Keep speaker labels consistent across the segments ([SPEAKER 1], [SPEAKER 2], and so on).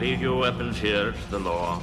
[SPEAKER 1] Leave your weapons here. It's the law.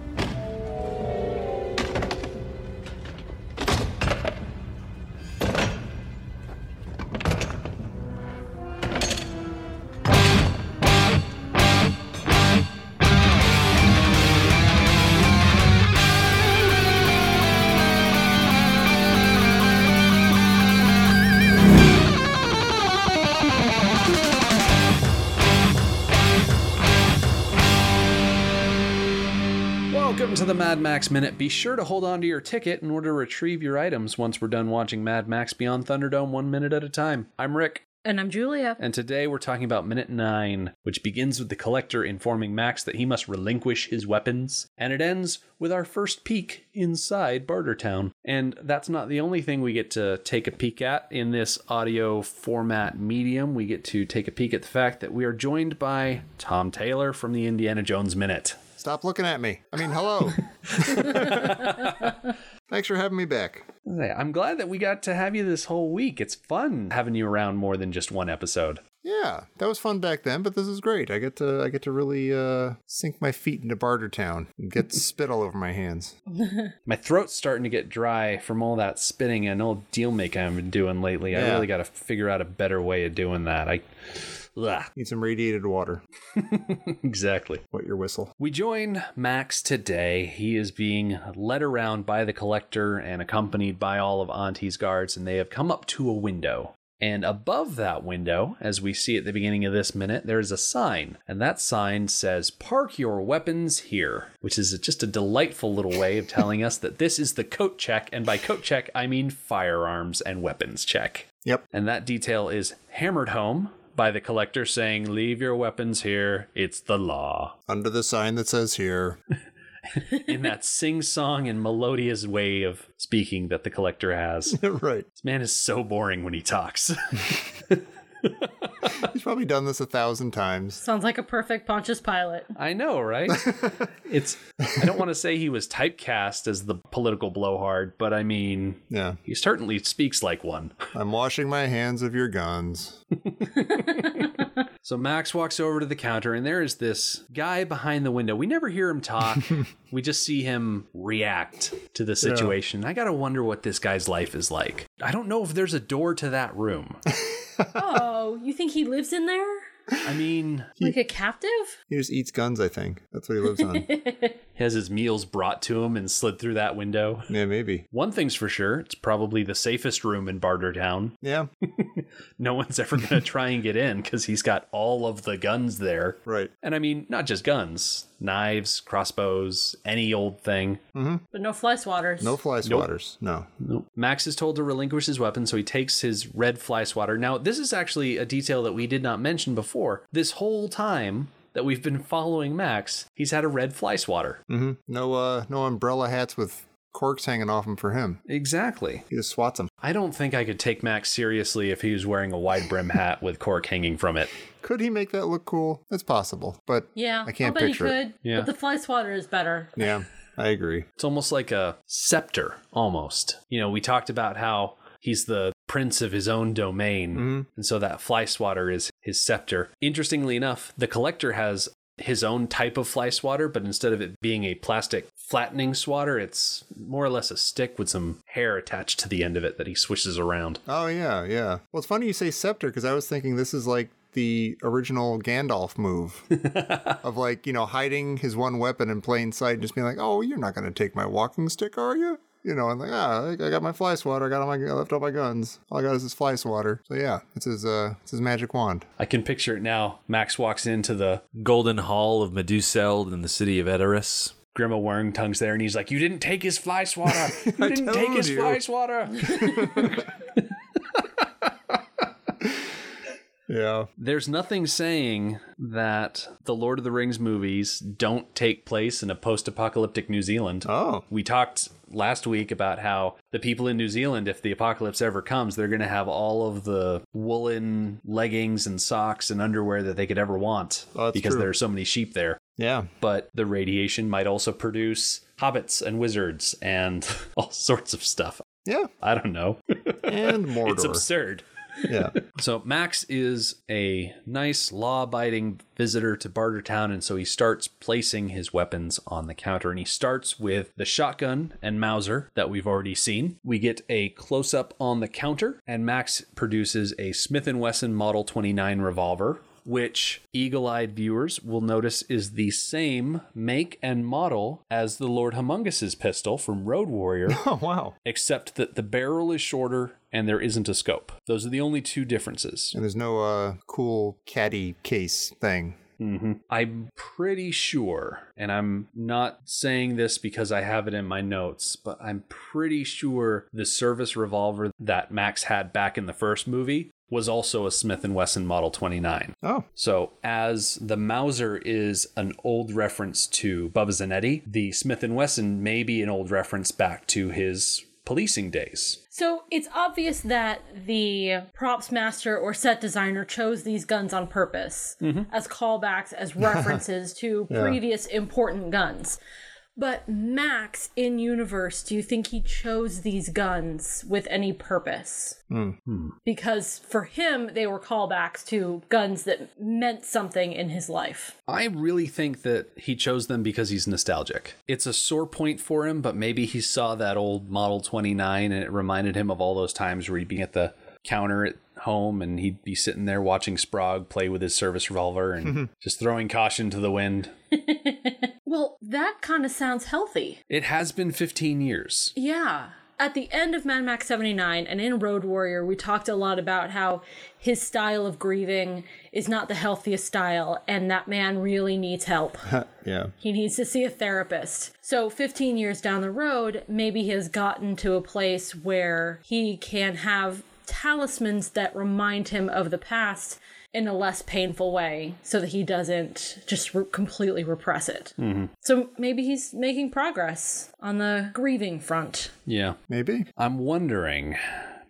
[SPEAKER 2] Welcome to the Mad Max Minute. Be sure to hold on to your ticket in order to retrieve your items once we're done watching Mad Max Beyond Thunderdome one minute at a time. I'm Rick,
[SPEAKER 3] And I'm Julia.
[SPEAKER 2] and today we're talking about Minute 9, which begins with the Collector informing Max that he must relinquish his weapons, and it ends with our first peek inside Bartertown. And that's not the only thing we get to take a peek at in this audio format medium. We get to take a peek at the fact that we are joined by Tom Taylor from the Indiana Jones Minute.
[SPEAKER 4] Stop looking at me. I mean, hello. Thanks for having me back.
[SPEAKER 2] Hey, I'm glad that we got to have you this whole week. It's fun having you around more than just one episode.
[SPEAKER 4] Yeah, that was fun back then, but this is great. I get to I get to really uh, sink my feet into Bartertown and get spit all over my hands.
[SPEAKER 2] My throat's starting to get dry from all that spitting and old deal making I've been doing lately. I
[SPEAKER 4] Yeah.
[SPEAKER 2] really got to figure out a better way of doing that. I. Ugh.
[SPEAKER 4] Need some radiated water.
[SPEAKER 2] exactly.
[SPEAKER 4] What your whistle?
[SPEAKER 2] We join Max today. He is being led around by the collector and accompanied by all of Auntie's guards, and they have come up to a window. And above that window, as we see at the beginning of this minute, there is a sign, and that sign says, Park your weapons here, which is just a delightful little way of telling us that this is the coat check, and by coat check, I mean firearms and weapons check.
[SPEAKER 4] Yep.
[SPEAKER 2] And that detail is hammered home by the collector saying, Leave your weapons here, it's the law
[SPEAKER 4] Under the sign that says here.
[SPEAKER 2] in that sing song and melodious way of speaking that the collector has. This
[SPEAKER 4] right.
[SPEAKER 2] man is so boring when he talks.
[SPEAKER 4] He's probably done this a thousand times.
[SPEAKER 3] Sounds like a perfect Pontius Pilate.
[SPEAKER 2] I know, right? It's I don't want to say he was typecast as the political blowhard, but I mean
[SPEAKER 4] Yeah.
[SPEAKER 2] he certainly speaks like one.
[SPEAKER 4] I'm washing my hands of your guns.
[SPEAKER 2] So Max walks over to the counter, and there is this guy behind the window. We never hear him talk, we just see him react to the situation. I gotta wonder what this guy's life is like. I don't know if there's a door to that room.
[SPEAKER 3] Oh, you think he lives in there?
[SPEAKER 2] I mean,
[SPEAKER 3] Like a captive?
[SPEAKER 4] He just eats guns, I think. That's what he lives on.
[SPEAKER 2] has his meals brought to him and slid through that window.
[SPEAKER 4] yeah, maybe.
[SPEAKER 2] One thing's for sure, it's probably the safest room in Bartertown.
[SPEAKER 4] Yeah.
[SPEAKER 2] No one's ever going to try and get in because he's got all of the guns there.
[SPEAKER 4] Right.
[SPEAKER 2] And I mean, not just guns, knives, crossbows, any old thing.
[SPEAKER 3] But no fly swatters.
[SPEAKER 4] No fly swatters. No.
[SPEAKER 2] Max is told to relinquish his weapon, so he takes his red fly swatter. Now, this is actually a detail that we did not mention before. This whole time that we've been following Max, he's had a red fly swatter.
[SPEAKER 4] hmm No. Uh. No umbrella hats with corks hanging off them for him.
[SPEAKER 2] Exactly.
[SPEAKER 4] He just swats them.
[SPEAKER 2] I don't think I could take Max seriously if he was wearing a wide brim hat with cork hanging from it.
[SPEAKER 4] Could he make that look cool? That's possible, but
[SPEAKER 3] Yeah.
[SPEAKER 4] I can't
[SPEAKER 3] I'll bet
[SPEAKER 4] picture
[SPEAKER 3] he
[SPEAKER 4] it.
[SPEAKER 3] could.
[SPEAKER 2] Yeah.
[SPEAKER 3] But the fly swatter is better.
[SPEAKER 4] yeah, I agree.
[SPEAKER 2] It's almost like a scepter, almost. You know, we talked about how he's the prince of his own domain, and so that fly swatter is his scepter. Interestingly enough, the collector has his own type of fly swatter, but instead of it being a plastic flattening swatter, it's more or less a stick with some hair attached to the end of it that he swishes around.
[SPEAKER 4] Oh yeah, yeah. Well, it's funny you say scepter because I was thinking this is like the original Gandalf move of like you know hiding his one weapon in plain sight and just being like, oh, you're not gonna take my walking stick, are you? You know, and like ah, I I got my fly swatter. I got all my I left all my guns. All I got is this fly swatter. So yeah, it's his uh, it's his magic wand.
[SPEAKER 2] I can picture it now. Max walks into the
[SPEAKER 5] Golden Hall of Meduseld in the city of Edoras.
[SPEAKER 2] Grima Worm tongues there, and he's like, "You didn't take his fly swatter. You didn't take his
[SPEAKER 4] you."
[SPEAKER 2] fly swatter."
[SPEAKER 4] Yeah,
[SPEAKER 2] There's nothing saying that the Lord of the Rings movies don't take place in a post-apocalyptic New Zealand.
[SPEAKER 4] Oh.
[SPEAKER 2] we talked last week about how the people in New Zealand, if the apocalypse ever comes, they're going to have all of the woolen leggings and socks and underwear that they could ever want
[SPEAKER 4] Oh, that's
[SPEAKER 2] because
[SPEAKER 4] true.
[SPEAKER 2] there are so many sheep there.
[SPEAKER 4] yeah.
[SPEAKER 2] But the radiation might also produce hobbits and wizards and all sorts of stuff.
[SPEAKER 4] Yeah,
[SPEAKER 2] I don't know.
[SPEAKER 4] and Mordor.
[SPEAKER 2] It's absurd.
[SPEAKER 4] Yeah.
[SPEAKER 2] So Max is a nice law-abiding visitor to Bartertown, and so he starts placing his weapons on the counter. And he starts with the shotgun and Mauser that we've already seen. We get a close-up on the counter, and Max produces a Smith & Wesson Model 29 revolver. Which eagle eyed viewers will notice is the same make and model as the Lord Humongous's pistol from Road Warrior,
[SPEAKER 4] Oh wow.
[SPEAKER 2] except that the barrel is shorter and there isn't a scope. Those are the only two differences.
[SPEAKER 4] And there's no uh cool caddy case thing.
[SPEAKER 2] I'm pretty sure, and I'm not saying this because I have it in my notes, but I'm pretty sure the service revolver that Max had back in the first movie was also a Smith & Wesson Model 29.
[SPEAKER 4] Oh.
[SPEAKER 2] So, as the Mauser is an old reference to Bubba Zanetti, the Smith & Wesson may be an old reference back to his policing days.
[SPEAKER 3] So it's obvious that the props master or set designer chose these guns on purpose as callbacks, as references to previous important guns. But Max in universe, do you think he chose these guns with any purpose? Because for him, they were callbacks to guns that meant something in his life.
[SPEAKER 2] I really think that he chose them because he's nostalgic. It's a sore point for him, but maybe he saw that old Model 29 and it reminded him of all those times where he'd be at the counter at home and he'd be sitting there watching Sprague play with his service revolver and just throwing caution to the wind.
[SPEAKER 3] Well, that kind of sounds healthy.
[SPEAKER 2] It has been 15 years.
[SPEAKER 3] Yeah. At the end of Mad Max 79 and in Road Warrior, we talked a lot about how his style of grieving is not the healthiest style, and that man really needs help.
[SPEAKER 4] Yeah.
[SPEAKER 3] he needs to see a therapist. So, 15 years down the road, maybe he has gotten to a place where he can have talismans that remind him of the past in a less painful way so that he doesn't just re- completely repress it. So, maybe he's making progress on the grieving front.
[SPEAKER 2] Yeah.
[SPEAKER 4] Maybe.
[SPEAKER 2] I'm wondering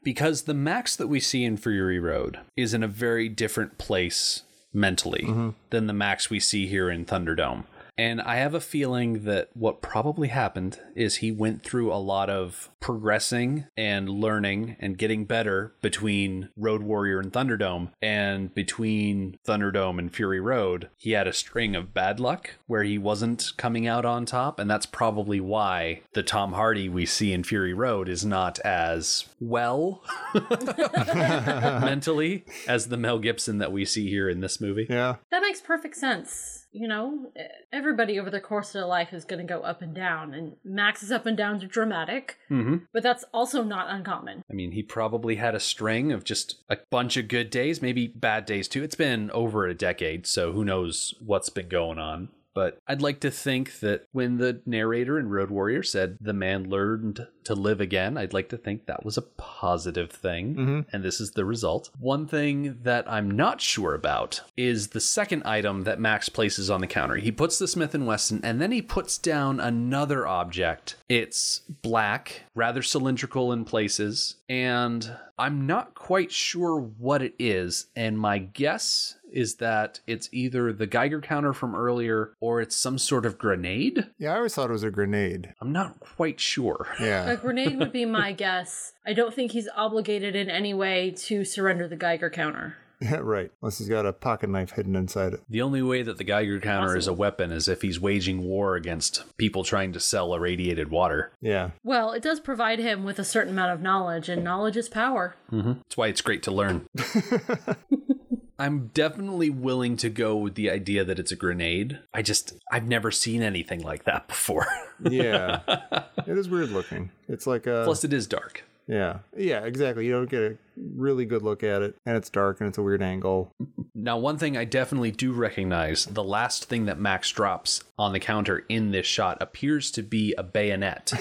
[SPEAKER 2] because the Max that we see in Fury Road is in a very different place mentally than the Max we see here in Thunderdome. And I have a feeling that what probably happened is he went through a lot of progressing and learning and getting better between Road Warrior and Thunderdome. And between Thunderdome and Fury Road, he had a string of bad luck where he wasn't coming out on top. And that's probably why the Tom Hardy we see in Fury Road is not as well mentally as the Mel Gibson that we see here in this movie.
[SPEAKER 4] Yeah.
[SPEAKER 3] That makes perfect sense. You know, E, everybody over the course of their life is going to go up and down, and Max's up and downs are dramatic, but that's also not uncommon.
[SPEAKER 2] I mean, he probably had a string of just a bunch of good days, maybe bad days too. It's been over a decade, so who knows what's been going on. But I'd like to think that when the narrator in Road Warrior said the man learned to live again, I'd like to think that was a positive thing. And this is the result. One thing that I'm not sure about is the second item that Max places on the counter. He puts the Smith and Wesson and then he puts down another object. It's black, rather cylindrical in places, and I'm not quite sure what it is. And my guess is that it's either the Geiger counter from earlier or it's some sort of grenade.
[SPEAKER 4] Yeah, I always thought it was a grenade.
[SPEAKER 2] I'm not quite sure.
[SPEAKER 3] A
[SPEAKER 4] Yeah.
[SPEAKER 3] grenade would be my guess. I don't think he's obligated in any way to surrender the Geiger counter.
[SPEAKER 4] right. Unless he's got a pocket knife hidden inside it.
[SPEAKER 2] The only way that the Geiger counter is a weapon is if he's waging war against people trying to sell irradiated water.
[SPEAKER 4] Yeah.
[SPEAKER 3] Well, it does provide him with a certain amount of knowledge, and knowledge is power.
[SPEAKER 2] That's why it's great to learn. I'm definitely willing to go with the idea that it's a grenade. I just, I've never seen anything like that before.
[SPEAKER 4] Yeah. it is weird looking. It's like a
[SPEAKER 2] Plus, it is dark.
[SPEAKER 4] Yeah. Yeah, exactly. You don't get a really good look at it and it's dark and it's a weird angle.
[SPEAKER 2] Now, one thing I definitely do recognize the last thing that Max drops on the counter in this shot appears to be a bayonet,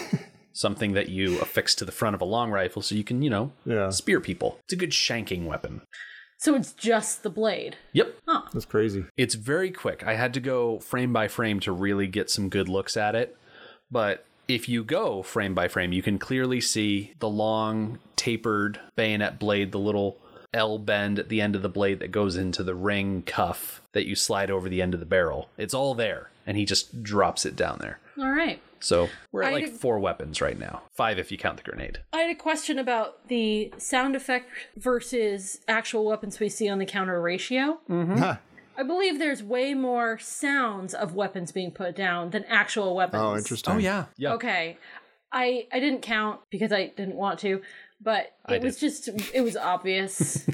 [SPEAKER 2] something that you affix to the front of a long rifle so you can, you know,
[SPEAKER 4] Yeah.
[SPEAKER 2] spear people. It's a good shanking weapon.
[SPEAKER 3] So it's just the blade.
[SPEAKER 2] Yep.
[SPEAKER 4] That's crazy.
[SPEAKER 2] It's very quick. I had to go frame by frame to really get some good looks at it. But if you go frame by frame, you can clearly see the long, tapered bayonet blade, the little L bend at the end of the blade that goes into the ring cuff that you slide over the end of the barrel. It's all there, and he just drops it down there.
[SPEAKER 3] All right.
[SPEAKER 2] So we're at
[SPEAKER 3] I
[SPEAKER 2] like
[SPEAKER 3] did-
[SPEAKER 2] four weapons right now, five if you count the grenade.
[SPEAKER 3] I had a question about the sound effect versus actual weapons we see on the counter ratio.
[SPEAKER 4] Huh.
[SPEAKER 3] I believe there's way more sounds of weapons being put down than actual weapons.
[SPEAKER 4] Oh, interesting.
[SPEAKER 2] yeah, yeah.
[SPEAKER 3] Okay. I I didn't count because I didn't want to, but it was just it was obvious.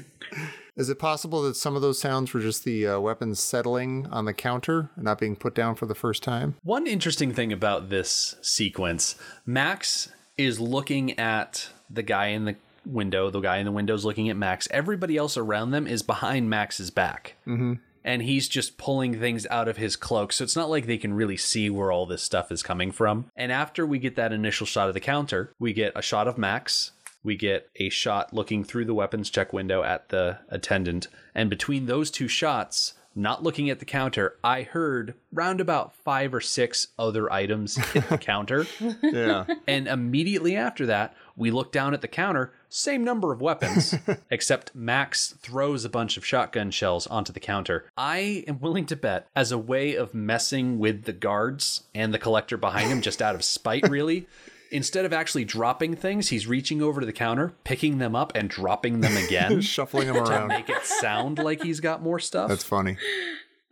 [SPEAKER 4] Is it possible that some of those sounds were just the uh, weapons settling on the counter and not being put down for the first time?
[SPEAKER 2] One interesting thing about this sequence, Max is looking at the guy in the window. The guy in the window is looking at Max. Everybody else around them is behind Max's back. Mm-hmm. And he's just pulling things out of his cloak. So it's not like they can really see where all this stuff is coming from. And after we get that initial shot of the counter, we get a shot of Max. We get a shot looking through the weapons check window at the attendant. And between those two shots, not looking at the counter, I heard round about five or six other items hit the counter.
[SPEAKER 4] Yeah.
[SPEAKER 2] And immediately after that, we look down at the counter, same number of weapons, except Max throws a bunch of shotgun shells onto the counter. I am willing to bet, as a way of messing with the guards and the collector behind him, just out of spite, really. Instead of actually dropping things, he's reaching over to the counter, picking them up, and dropping them again.
[SPEAKER 4] Shuffling them
[SPEAKER 2] to
[SPEAKER 4] around.
[SPEAKER 2] make it sound like he's got more stuff.
[SPEAKER 4] That's funny.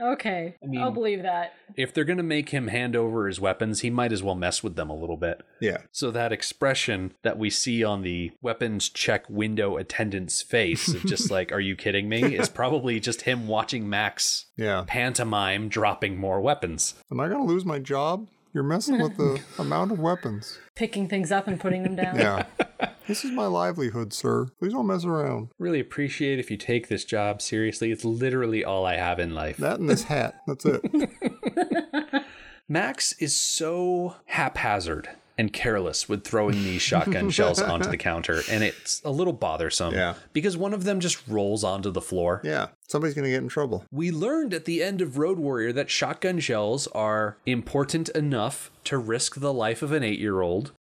[SPEAKER 3] okay. I will believe that.
[SPEAKER 2] if they're going to make him hand over his weapons, he might as well mess with them a little bit.
[SPEAKER 4] Yeah.
[SPEAKER 2] So that expression that we see on the weapons check window attendant's face of just like, are you kidding me? is probably just him watching Max
[SPEAKER 4] Yeah.
[SPEAKER 2] pantomime dropping more weapons.
[SPEAKER 4] Am I going to lose my job? You're messing with the amount of weapons.
[SPEAKER 3] Picking things up and putting them down.
[SPEAKER 4] Yeah. This is my livelihood, sir. Please don't mess around.
[SPEAKER 2] Really appreciate if you take this job seriously. It's literally all I have in life.
[SPEAKER 4] That and this hat. That's it.
[SPEAKER 2] Max is so haphazard and careless with throwing these shotgun shells onto the counter, and it's a little bothersome
[SPEAKER 4] Yeah.
[SPEAKER 2] because one of them just rolls onto the floor.
[SPEAKER 4] Yeah. Somebody's going to get in trouble.
[SPEAKER 2] We learned at the end of Road Warrior that shotgun shells are important enough to risk the life of an eight year old.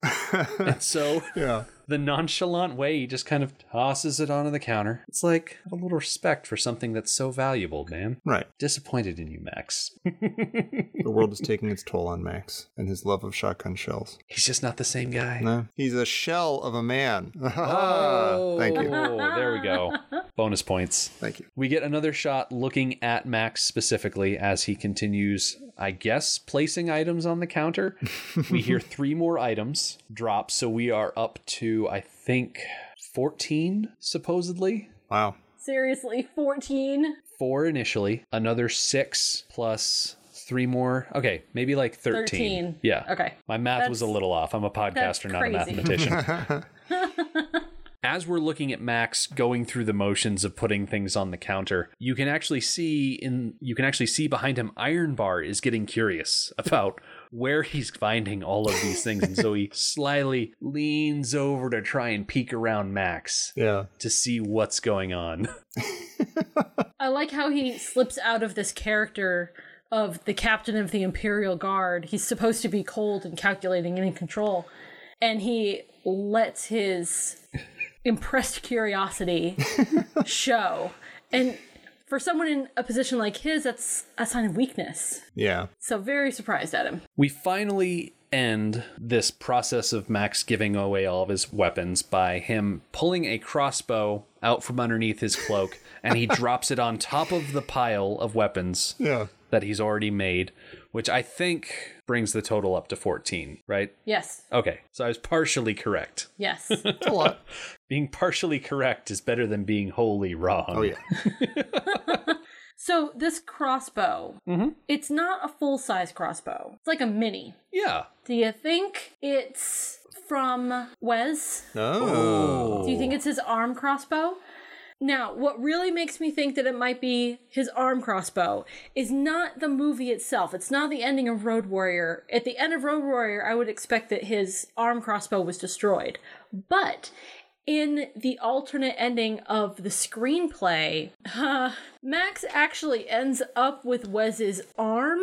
[SPEAKER 2] and so
[SPEAKER 4] Yeah.
[SPEAKER 2] the nonchalant way he just kind of tosses it onto the counter. It's like have a little respect for something that's so valuable, man.
[SPEAKER 4] Right.
[SPEAKER 2] Disappointed in you, Max.
[SPEAKER 4] The world is taking its toll on Max and his love of shotgun shells.
[SPEAKER 2] He's just not the same guy.
[SPEAKER 4] No. He's a shell of a man. Uh, Thank you.
[SPEAKER 2] Oh, there we go. Bonus points.
[SPEAKER 4] Thank you.
[SPEAKER 2] We get another shot looking at Max specifically as he continues, I guess, placing items on the counter. we hear three more items drop, so we are up to, I think, 14 supposedly.
[SPEAKER 4] Wow.
[SPEAKER 3] Seriously, 14?
[SPEAKER 2] Four initially, another six plus three more. Okay, maybe like 13.
[SPEAKER 3] 13.
[SPEAKER 2] Yeah.
[SPEAKER 3] Okay.
[SPEAKER 2] My math was a
[SPEAKER 3] That's-
[SPEAKER 2] little off. I'm a
[SPEAKER 3] that's
[SPEAKER 2] podcaster, not a
[SPEAKER 3] crazy.
[SPEAKER 2] mathematician. as we're looking at Max going through the motions of putting things on the counter, you can actually see in you can actually see behind him Iron Bar is getting curious about where he's finding all of these things and so he slyly leans over to try and peek around Max
[SPEAKER 4] Yeah.
[SPEAKER 2] to see what's going on.
[SPEAKER 3] I like how he slips out of this character of the captain of the Imperial Guard. He's supposed to be cold and calculating and in control. And he lets his impressed curiosity show. And for someone in a position like his, that's a sign of weakness.
[SPEAKER 4] Yeah.
[SPEAKER 3] So very surprised at him.
[SPEAKER 2] We finally end this process of Max giving away all of his weapons by him pulling a crossbow out from underneath his cloak and he drops it on top of the pile of weapons
[SPEAKER 4] Yeah.
[SPEAKER 2] that he's already made, which I think brings the total up to 14, right?
[SPEAKER 3] Yes.
[SPEAKER 2] Okay, so I was partially correct.
[SPEAKER 3] Yes.
[SPEAKER 4] It's a lot.
[SPEAKER 2] Being partially correct is better than being wholly wrong.
[SPEAKER 4] Oh, yeah.
[SPEAKER 3] so this crossbow, it's not a full size crossbow. It's like a mini.
[SPEAKER 2] Yeah.
[SPEAKER 3] Do you think it's from Wes?
[SPEAKER 4] Oh.
[SPEAKER 3] Do you think it's his arm crossbow? Now, what really makes me think that it might be his arm crossbow is not the movie itself. It's not the ending of Road Warrior. At the end of Road Warrior, I would expect that his arm crossbow was destroyed. But in the alternate ending of the screenplay, Max actually ends up with Wes's arm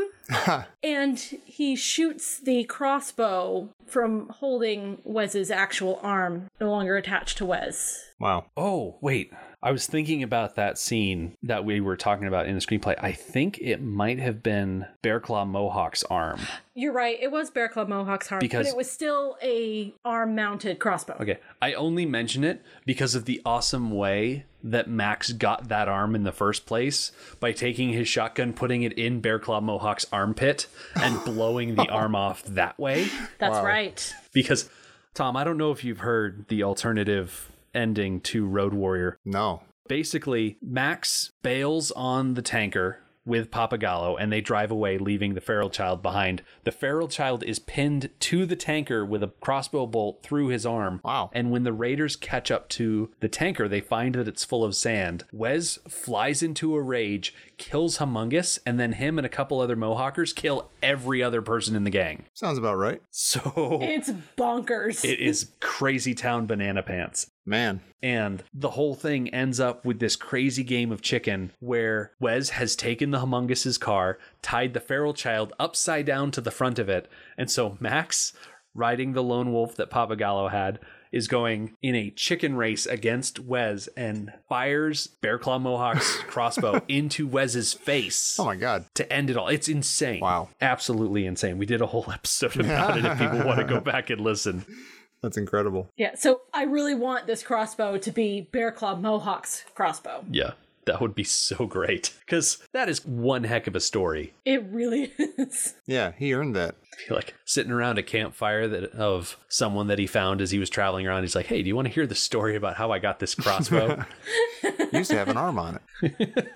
[SPEAKER 3] and he shoots the crossbow from holding Wes's actual arm, no longer attached to Wes.
[SPEAKER 4] Wow.
[SPEAKER 2] Oh, wait. I was thinking about that scene that we were talking about in the screenplay. I think it might have been Bearclaw Mohawk's arm.
[SPEAKER 3] You're right. It was Bear Club Mohawk's heart,
[SPEAKER 2] Because-
[SPEAKER 3] but it was still a arm-mounted crossbow.
[SPEAKER 2] Okay, I only mention it because of the awesome way that Max got that arm in the first place by taking his shotgun, putting it in Bearclaw Mohawk's armpit, and blowing the arm off that way.
[SPEAKER 3] That's right.
[SPEAKER 2] Because, Tom, I don't know if you've heard the alternative ending to Road Warrior.
[SPEAKER 4] No.
[SPEAKER 2] Basically, Max bails on the tanker with Papagallo and they drive away, leaving the feral child behind. The feral child is pinned to the tanker with a crossbow bolt through his arm.
[SPEAKER 4] Wow.
[SPEAKER 2] And when the raiders catch up to the tanker, they find that it's full of sand. Wes flies into a rage, kills Humongous, and then him and a couple other Mohawkers kill every other person in the gang.
[SPEAKER 4] Sounds about right.
[SPEAKER 2] So
[SPEAKER 3] It's bonkers.
[SPEAKER 2] it is crazy town banana pants.
[SPEAKER 4] Man.
[SPEAKER 2] And the whole thing ends up with this crazy game of chicken where Wes has taken the Humongous's car, tied the feral child upside down to the front of it. And so Max, riding the lone wolf that Papagallo had, is going in a chicken race against Wes and fires Bearclaw Mohawk's crossbow into Wes's face
[SPEAKER 4] Oh my god.
[SPEAKER 2] to end it all. It's insane.
[SPEAKER 4] Wow.
[SPEAKER 2] Absolutely insane. We did a whole episode about it if people want to go back and listen.
[SPEAKER 4] That's incredible.
[SPEAKER 3] yeah. So I really want this crossbow to be Bear Club Mohawk's crossbow.
[SPEAKER 2] Yeah. That would be so great. Because that is one heck of a story.
[SPEAKER 3] It really is.
[SPEAKER 4] Yeah, he earned that.
[SPEAKER 2] You're like sitting around a campfire that of someone that he found as he was traveling around. He's like, hey, do you want to hear the story about how I got this crossbow?
[SPEAKER 4] He used to have an arm on it.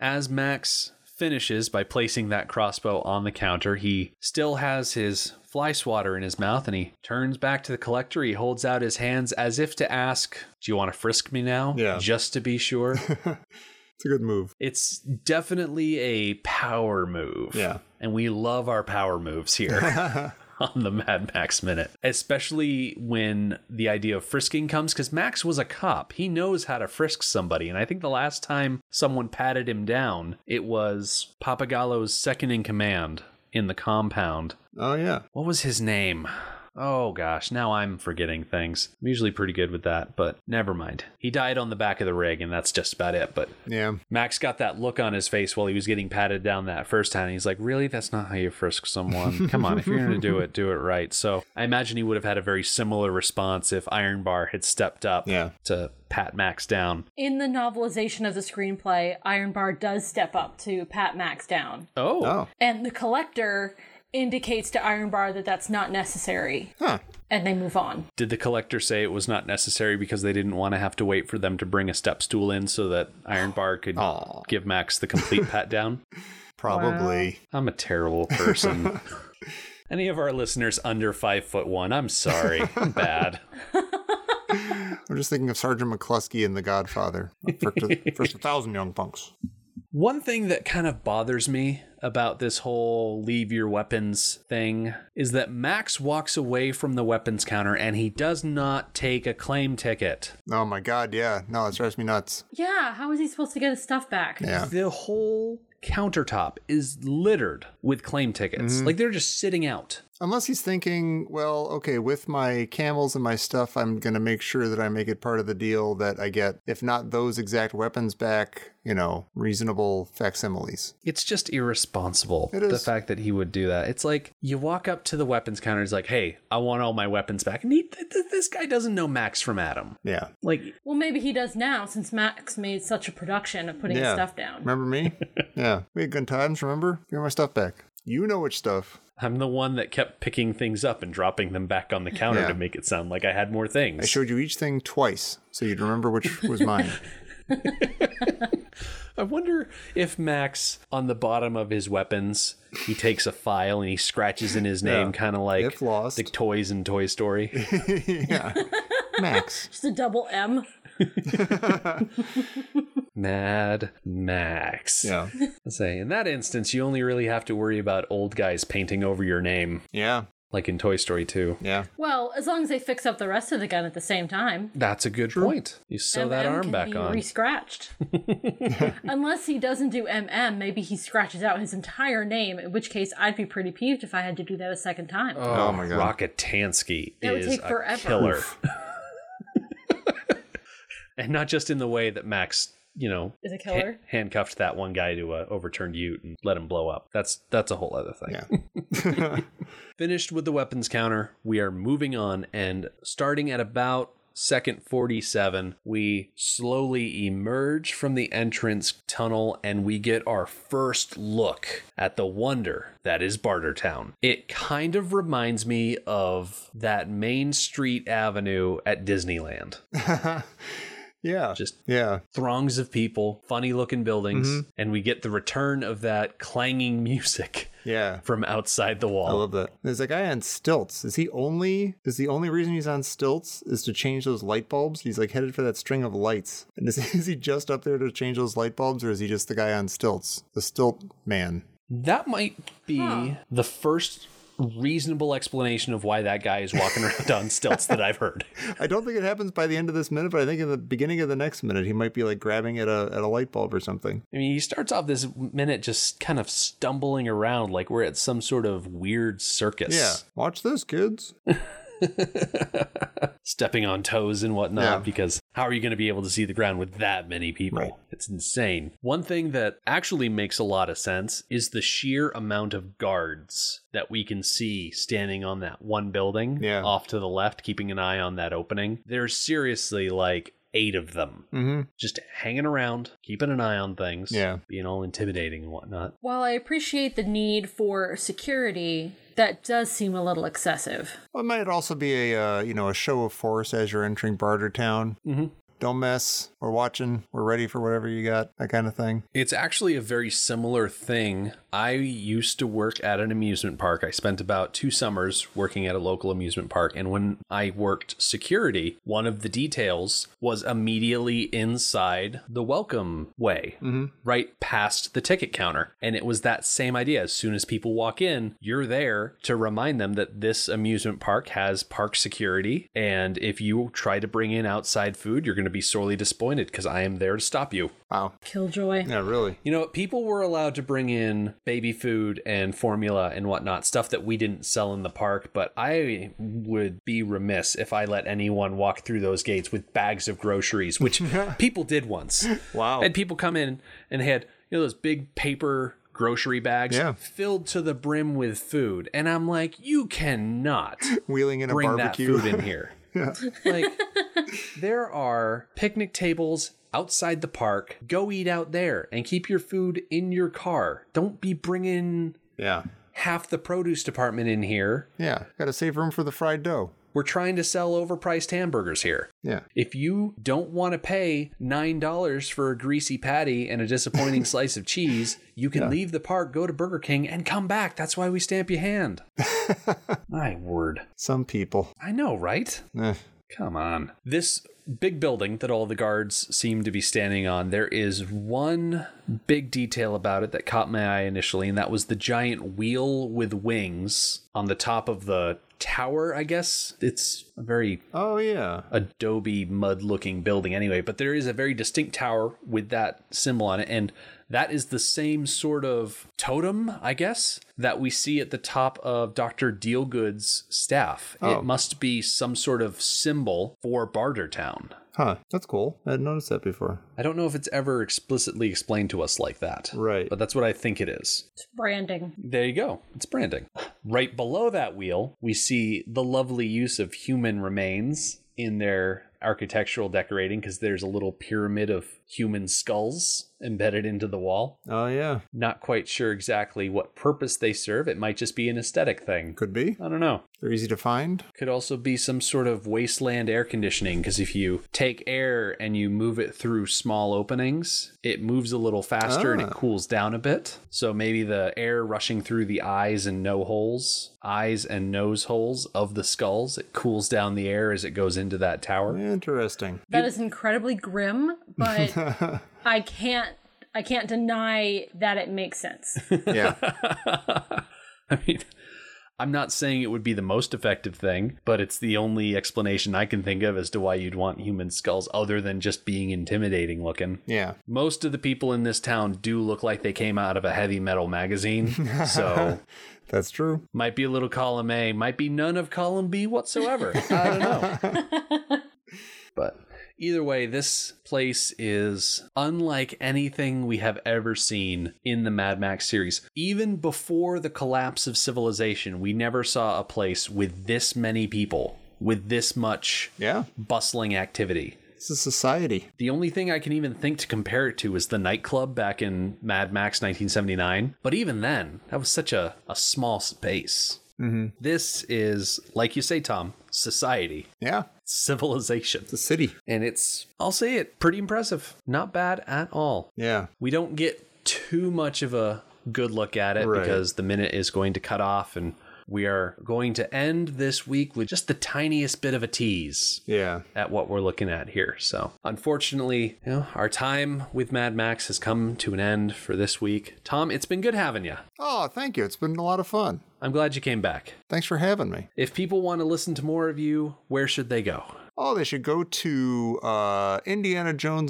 [SPEAKER 2] as Max finishes by placing that crossbow on the counter, he still has his fly swatter in his mouth and he turns back to the collector. He holds out his hands as if to ask, do you want to frisk me now?
[SPEAKER 4] Yeah.
[SPEAKER 2] Just to be sure.
[SPEAKER 4] It's a good move.
[SPEAKER 2] It's definitely a power move.
[SPEAKER 4] Yeah.
[SPEAKER 2] And we love our power moves here
[SPEAKER 4] Oh,
[SPEAKER 2] on the Mad Max Minute, especially when the idea of frisking comes because Max was a cop. He knows how to frisk somebody. And I think the last time someone patted him down, it was Papagallo's second in command in the compound.
[SPEAKER 4] Oh yeah.
[SPEAKER 2] What was his name? Oh gosh, now I'm forgetting things. I'm usually pretty good with that, but never mind. He died on the back of the rig, and that's just about it. But
[SPEAKER 4] Yeah.
[SPEAKER 2] Max got that look on his face while he was getting patted down that first time. He's like, Really? That's not how you frisk someone. Come on, if you're going to do it, do it right. So I imagine he would have had a very similar response if Iron Bar had stepped up
[SPEAKER 4] Yeah.
[SPEAKER 2] to pat Max down.
[SPEAKER 3] In the novelization of the screenplay, Iron Bar does step up to pat Max down,
[SPEAKER 2] Oh.
[SPEAKER 4] Oh.
[SPEAKER 3] and the collector indicates to Iron Bar that that's not necessary,
[SPEAKER 4] Huh.
[SPEAKER 3] and they move on.
[SPEAKER 2] Did the collector say it was not necessary because they didn't want to have to wait for them to bring a step stool in so that Iron Bar could give Max the complete pat down?
[SPEAKER 4] Probably.
[SPEAKER 2] I'm a terrible person. Any of our listeners under five foot one, I'm sorry. I'm bad.
[SPEAKER 4] I'm just thinking of Sergeant McCluskey in The Godfather. First, a- first a thousand young punks.
[SPEAKER 2] One thing that kind of bothers me about this whole leave your weapons thing is that Max walks away from the weapons counter and he does not take a claim ticket.
[SPEAKER 4] Oh my god. Yeah. No, it drives me nuts.
[SPEAKER 3] Yeah, how is he supposed to get his stuff back?
[SPEAKER 4] Yeah.
[SPEAKER 2] The whole countertop is littered with claim tickets.
[SPEAKER 4] Mm-hmm.
[SPEAKER 2] Like they're just sitting out.
[SPEAKER 4] Unless he's thinking, well, okay, with my camels and my stuff, I'm going to make sure that I make it part of the deal that I get, if not those exact weapons back, you know, reasonable facsimiles.
[SPEAKER 2] It's just irresponsible.
[SPEAKER 4] It
[SPEAKER 2] The
[SPEAKER 4] is.
[SPEAKER 2] fact that he would do that. It's like you walk up to the weapons counter, he's like, hey, I want all my weapons back. And he, th- th- this guy doesn't know Max from Adam.
[SPEAKER 4] Yeah.
[SPEAKER 2] Like,
[SPEAKER 3] Well, maybe he does now since Max made such a production of putting his
[SPEAKER 4] Yeah.
[SPEAKER 3] stuff down.
[SPEAKER 4] Remember me? yeah. We had good times, remember? Give me my stuff back. You know which stuff.
[SPEAKER 2] I'm the one that kept picking things up and dropping them back on the counter
[SPEAKER 4] Yeah.
[SPEAKER 2] to make it sound like I had more things.
[SPEAKER 4] I showed you each thing twice, so you'd remember which was mine.
[SPEAKER 2] I wonder if Max, on the bottom of his weapons, he takes a file and he scratches in his name, kind of like
[SPEAKER 4] If lost.
[SPEAKER 2] the toys in Toy Story.
[SPEAKER 4] yeah. Max.
[SPEAKER 3] Just a double M.
[SPEAKER 2] Mad Max.
[SPEAKER 4] Yeah.
[SPEAKER 2] I'd Say in that instance, you only really have to worry about old guys painting over your name,
[SPEAKER 4] Yeah.
[SPEAKER 2] like in Toy Story 2.
[SPEAKER 4] Yeah.
[SPEAKER 3] Well, as long as they fix up the rest of the gun at the same time.
[SPEAKER 2] That's a good point. You sew that
[SPEAKER 3] MM
[SPEAKER 2] arm
[SPEAKER 3] can
[SPEAKER 2] back
[SPEAKER 3] be
[SPEAKER 2] on.
[SPEAKER 3] Re-scratched. Unless he doesn't do MM, maybe he scratches out his entire name, in which case I'd be pretty peeved if I had to do that a second time.
[SPEAKER 4] Oh, my God.
[SPEAKER 2] Rockatansky
[SPEAKER 3] That would
[SPEAKER 2] is
[SPEAKER 3] take
[SPEAKER 2] a
[SPEAKER 3] forever.
[SPEAKER 2] killer. and not just in the way that Max, you know,
[SPEAKER 3] Is a
[SPEAKER 2] ha-
[SPEAKER 3] killer.
[SPEAKER 2] handcuffed that one guy to a overturned Ute and let him blow up. That's that's a whole other thing.
[SPEAKER 4] Yeah.
[SPEAKER 2] Finished with the weapons counter, we are moving on and starting at about second 47, we slowly emerge from the entrance tunnel and we get our first look at the wonder that is Bartertown. It kind of reminds me of that Main Street Avenue at Disneyland.
[SPEAKER 4] yeah.
[SPEAKER 2] Just
[SPEAKER 4] yeah.
[SPEAKER 2] throngs of people, funny looking buildings, and we get the return of that clanging music
[SPEAKER 4] Yeah.
[SPEAKER 2] from outside the wall.
[SPEAKER 4] I love that. There's a guy on stilts. Is he only? Is the only reason he's on stilts is to change those light bulbs? He's like headed for that string of lights. And is, is he just up there to change those light bulbs, or is he just the guy on stilts, the stilt man?
[SPEAKER 2] That might be the first reasonable explanation of why that guy is walking around on stilts that I've heard.
[SPEAKER 4] I don't think it happens by the end of this minute, but I think in the beginning of the next minute, he might be like grabbing at a at a light bulb or something.
[SPEAKER 2] I mean, he starts off this minute just kind of stumbling around like we're at some sort of weird
[SPEAKER 4] Yeah.
[SPEAKER 2] circus.
[SPEAKER 4] Watch this, kids.
[SPEAKER 2] Stepping on toes and whatnot
[SPEAKER 4] Yeah.
[SPEAKER 2] because how are you going to be able to see the ground with that many people?
[SPEAKER 4] Right.
[SPEAKER 2] It's insane. One thing that actually makes a lot of sense is the sheer amount of guards that we can see standing on that one building
[SPEAKER 4] Yeah.
[SPEAKER 2] off to the left, keeping an eye on that opening. There's seriously like eight of them
[SPEAKER 4] Mm-hmm.
[SPEAKER 2] just hanging around, keeping an eye on things,
[SPEAKER 4] Yeah.
[SPEAKER 2] being all intimidating and whatnot.
[SPEAKER 3] While I appreciate the need for security, that does seem a little excessive.
[SPEAKER 4] Well, it might also be a uh, you know a show of force as you're entering Bartertown.
[SPEAKER 2] Mhm.
[SPEAKER 4] Don't mess. We're watching. We're ready for whatever you got. That kind of thing.
[SPEAKER 2] It's actually a very similar thing. I used to work at an amusement park. I spent about two summers working at a local amusement park. And when I worked security, one of the details was immediately inside the welcome way, right past the ticket counter. And it was that same idea. As soon as people walk in, you're there to remind them that this amusement park has park security. And if you try to bring in outside food, you're going to be sorely disappointed because I am there to stop you.
[SPEAKER 4] Wow.
[SPEAKER 3] Killjoy.
[SPEAKER 4] Yeah, really.
[SPEAKER 2] You know, people were allowed to bring in baby food and formula and whatnot, stuff that we didn't sell in the park, but I would be remiss if I let anyone walk through those gates with bags of groceries, which people did once.
[SPEAKER 4] Wow.
[SPEAKER 2] And people come in and had, you know, those big paper grocery bags
[SPEAKER 4] Yeah.
[SPEAKER 2] filled to the brim with food. And I'm like, you cannot
[SPEAKER 4] Wheeling in a
[SPEAKER 2] bring
[SPEAKER 4] barbecue.
[SPEAKER 2] that food in here. Like there are picnic tables outside the park. Go eat out there and keep your food in your car. Don't be bringing
[SPEAKER 4] yeah.
[SPEAKER 2] half the produce department in here.
[SPEAKER 4] Yeah. Got to save room for the fried dough.
[SPEAKER 2] We're trying to sell overpriced hamburgers here.
[SPEAKER 4] Yeah.
[SPEAKER 2] If you don't want to pay $9 for a greasy patty and a disappointing slice of cheese, you can leave the park, go to Burger King, and come back. That's why we stamp your hand. My word.
[SPEAKER 4] Some people.
[SPEAKER 2] I know, right?
[SPEAKER 4] Eh.
[SPEAKER 2] Come on. This big building that all the guards seem to be standing on, there is one big detail about it that caught my eye initially, and that was the giant wheel with wings on the top of the tower, I guess. It's a very
[SPEAKER 4] Oh yeah.
[SPEAKER 2] adobe mud looking building anyway, but there is a very distinct tower with that symbol on it, and that is the same sort of totem, I guess, that we see at the top of Dr. Dealgood's staff.
[SPEAKER 4] Oh.
[SPEAKER 2] It must be some sort of symbol for Bartertown.
[SPEAKER 4] Huh. That's cool. I hadn't noticed that before.
[SPEAKER 2] I don't know if it's ever explicitly explained to us like that.
[SPEAKER 4] Right.
[SPEAKER 2] But that's what I think it is.
[SPEAKER 3] It's branding.
[SPEAKER 2] There you go. It's branding. Right below that wheel, we see the lovely use of human remains in their architectural decorating because there's a little pyramid of human skulls embedded into the wall.
[SPEAKER 4] Oh yeah.
[SPEAKER 2] Not quite sure exactly what purpose they serve. It might just be an aesthetic thing.
[SPEAKER 4] Could be.
[SPEAKER 2] I don't know.
[SPEAKER 4] They're easy to find.
[SPEAKER 2] Could also be some sort of wasteland air conditioning because if you take air and you move it through small openings, it moves a little faster and
[SPEAKER 4] Ah.
[SPEAKER 2] it cools down a bit. So maybe the air rushing through the eyes and no holes, eyes and nose holes of the skulls, it cools down the air as it goes into that tower.
[SPEAKER 4] Interesting.
[SPEAKER 3] That is incredibly grim, but I can't I can't deny that it makes sense.
[SPEAKER 4] Yeah.
[SPEAKER 2] I mean, I'm not saying it would be the most effective thing, but it's the only explanation I can think of as to why you'd want human skulls other than just being intimidating looking.
[SPEAKER 4] Yeah.
[SPEAKER 2] Most of the people in this town do look like they came out of a heavy metal magazine. So,
[SPEAKER 4] That's true.
[SPEAKER 2] might be a little column A, might be none of column B whatsoever. I don't know. but Either way, this place is unlike anything we have ever seen in the Mad Max series. Even before the collapse of civilization, we never saw a place with this many people, with this much
[SPEAKER 4] Yeah.
[SPEAKER 2] bustling activity.
[SPEAKER 4] It's a society.
[SPEAKER 2] The only thing I can even think to compare it to is the nightclub back in Mad Max 1979. But even then, that was such a, a small space. Mm-hmm. This is, like you say, Tom, society,
[SPEAKER 4] Yeah.
[SPEAKER 2] civilization.
[SPEAKER 4] It's a city.
[SPEAKER 2] And it's, I'll say it, pretty impressive. Not bad at all.
[SPEAKER 4] Yeah.
[SPEAKER 2] We don't get too much of a good look at it
[SPEAKER 4] Right.
[SPEAKER 2] because the minute is going to cut off and we are going to end this week with just the tiniest bit of a tease
[SPEAKER 4] Yeah.
[SPEAKER 2] at what we're looking at here. So, unfortunately, you know, our time with Mad Max has come to an end for this week. Tom, it's been good having you.
[SPEAKER 4] Oh, thank you. It's been a lot of fun.
[SPEAKER 2] I'm glad you came back.
[SPEAKER 4] Thanks for having me.
[SPEAKER 2] If people want to listen to more of you, where should they go?
[SPEAKER 4] Oh, they should go to uh,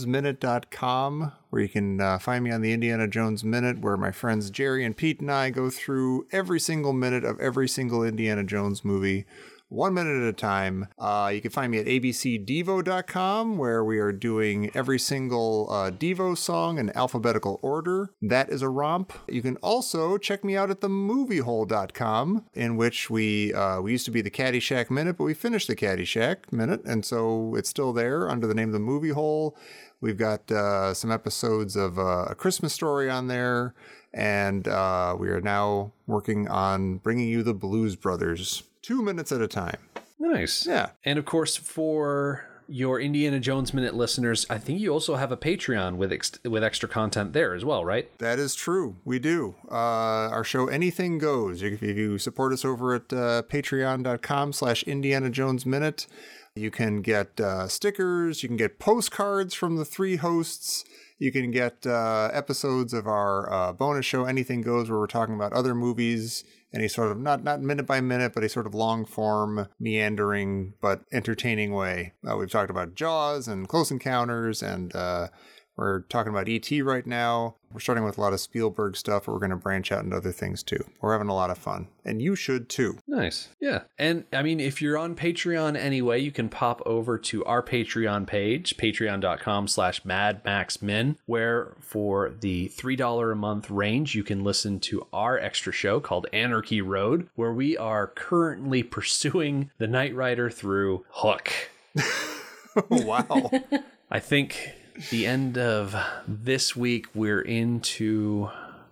[SPEAKER 4] IndianaJonesMinute.com where you can uh, find me on the Indiana Jones Minute, where my friends Jerry and Pete and I go through every single minute of every single Indiana Jones movie. One minute at a time. Uh, you can find me at abcdevo.com, where we are doing every single uh, Devo song in alphabetical order. That is a romp. You can also check me out at themoviehole.com, in which we uh, we used to be the Caddyshack Minute, but we finished the Caddyshack Minute, and so it's still there under the name of the Movie Hole. We've got uh, some episodes of uh, A Christmas Story on there, and uh, we are now working on bringing you the Blues Brothers, two minutes at a time.
[SPEAKER 2] Nice.
[SPEAKER 4] Yeah.
[SPEAKER 2] And of course, for your Indiana Jones Minute listeners, I think you also have a Patreon with ex- with extra content there as well, right?
[SPEAKER 4] That is true. We do. Uh, our show, Anything Goes. If if you support us over at uh, patreon.com slash Indiana Jones Minute, you can get uh, stickers, you can get postcards from the three hosts, you can get uh, episodes of our uh, bonus show, Anything Goes, where we're talking about other movies, any sort of, not, not minute by minute, but a sort of long form, meandering, but entertaining way. Uh, we've talked about Jaws and Close Encounters and... Uh, we're talking about ET right now. We're starting with a lot of Spielberg stuff, but we're going to branch out into other things too. We're having a lot of fun, and you should too.
[SPEAKER 2] Nice. Yeah. And I mean, if you're on Patreon anyway, you can pop over to our Patreon page, patreon.com slash madmaxmin, where for the $3 a month range, you can listen to our extra show called Anarchy Road, where we are currently pursuing the Knight Rider through Hook.
[SPEAKER 4] wow.
[SPEAKER 2] I think the end of this week, we're into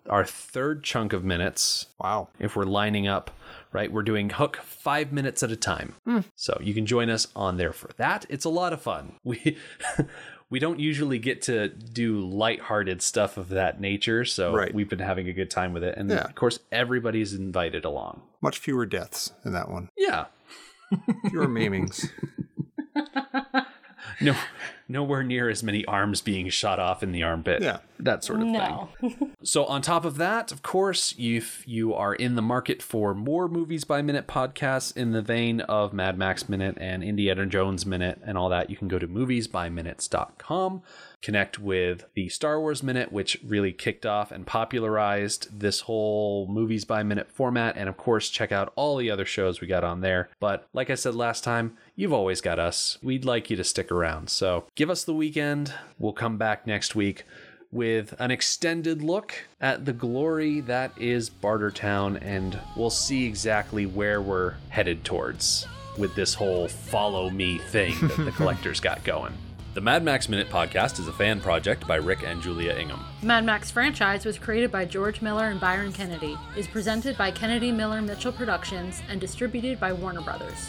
[SPEAKER 2] our third chunk of minutes
[SPEAKER 4] Wow.
[SPEAKER 2] if we're lining up right we're doing hook five minutes at a time so you can join us on there for that it's a lot of fun we we don't usually get to do lighthearted stuff of that nature so
[SPEAKER 4] Right.
[SPEAKER 2] we've been having a good time with it and
[SPEAKER 4] Yeah.
[SPEAKER 2] of course everybody's invited along
[SPEAKER 4] Much fewer deaths in that one.
[SPEAKER 2] yeah
[SPEAKER 4] Fewer maimings.
[SPEAKER 2] no nowhere near as many arms being shot off in the armpit
[SPEAKER 4] Yeah.
[SPEAKER 2] that sort of thing
[SPEAKER 3] No.
[SPEAKER 2] So, on top of that, of course, if you are in the market for more Movies by Minute podcasts in the vein of Mad Max Minute and Indiana Jones Minute and all that, you can go to moviesbyminutes.com, connect with the Star Wars Minute, which really kicked off and popularized this whole Movies by Minute format. And of course, check out all the other shows we got on there. But like I said last time, you've always got us. We'd like you to stick around. So, give us the weekend. We'll come back next week with an extended look at the glory that is Bartertown, and we'll see exactly where we're headed towards with this whole follow me thing that the collector's got going.
[SPEAKER 5] The Mad Max Minute podcast is a fan project by Rick and Julia Ingham.
[SPEAKER 3] Mad Max franchise was created by George Miller and Byron Kennedy, is presented by Kennedy Miller Mitchell Productions, and distributed by Warner Brothers.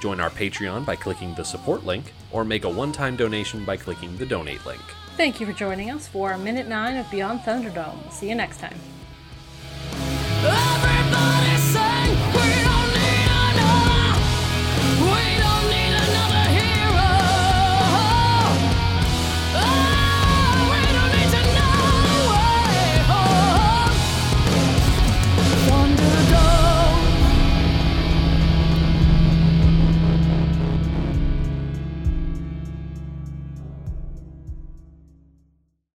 [SPEAKER 5] join our Patreon by clicking the support link, or make a one-time donation by clicking the donate link.
[SPEAKER 3] Thank you for joining us for Minute 9 of Beyond Thunderdome. See you next time.
[SPEAKER 6] Everybody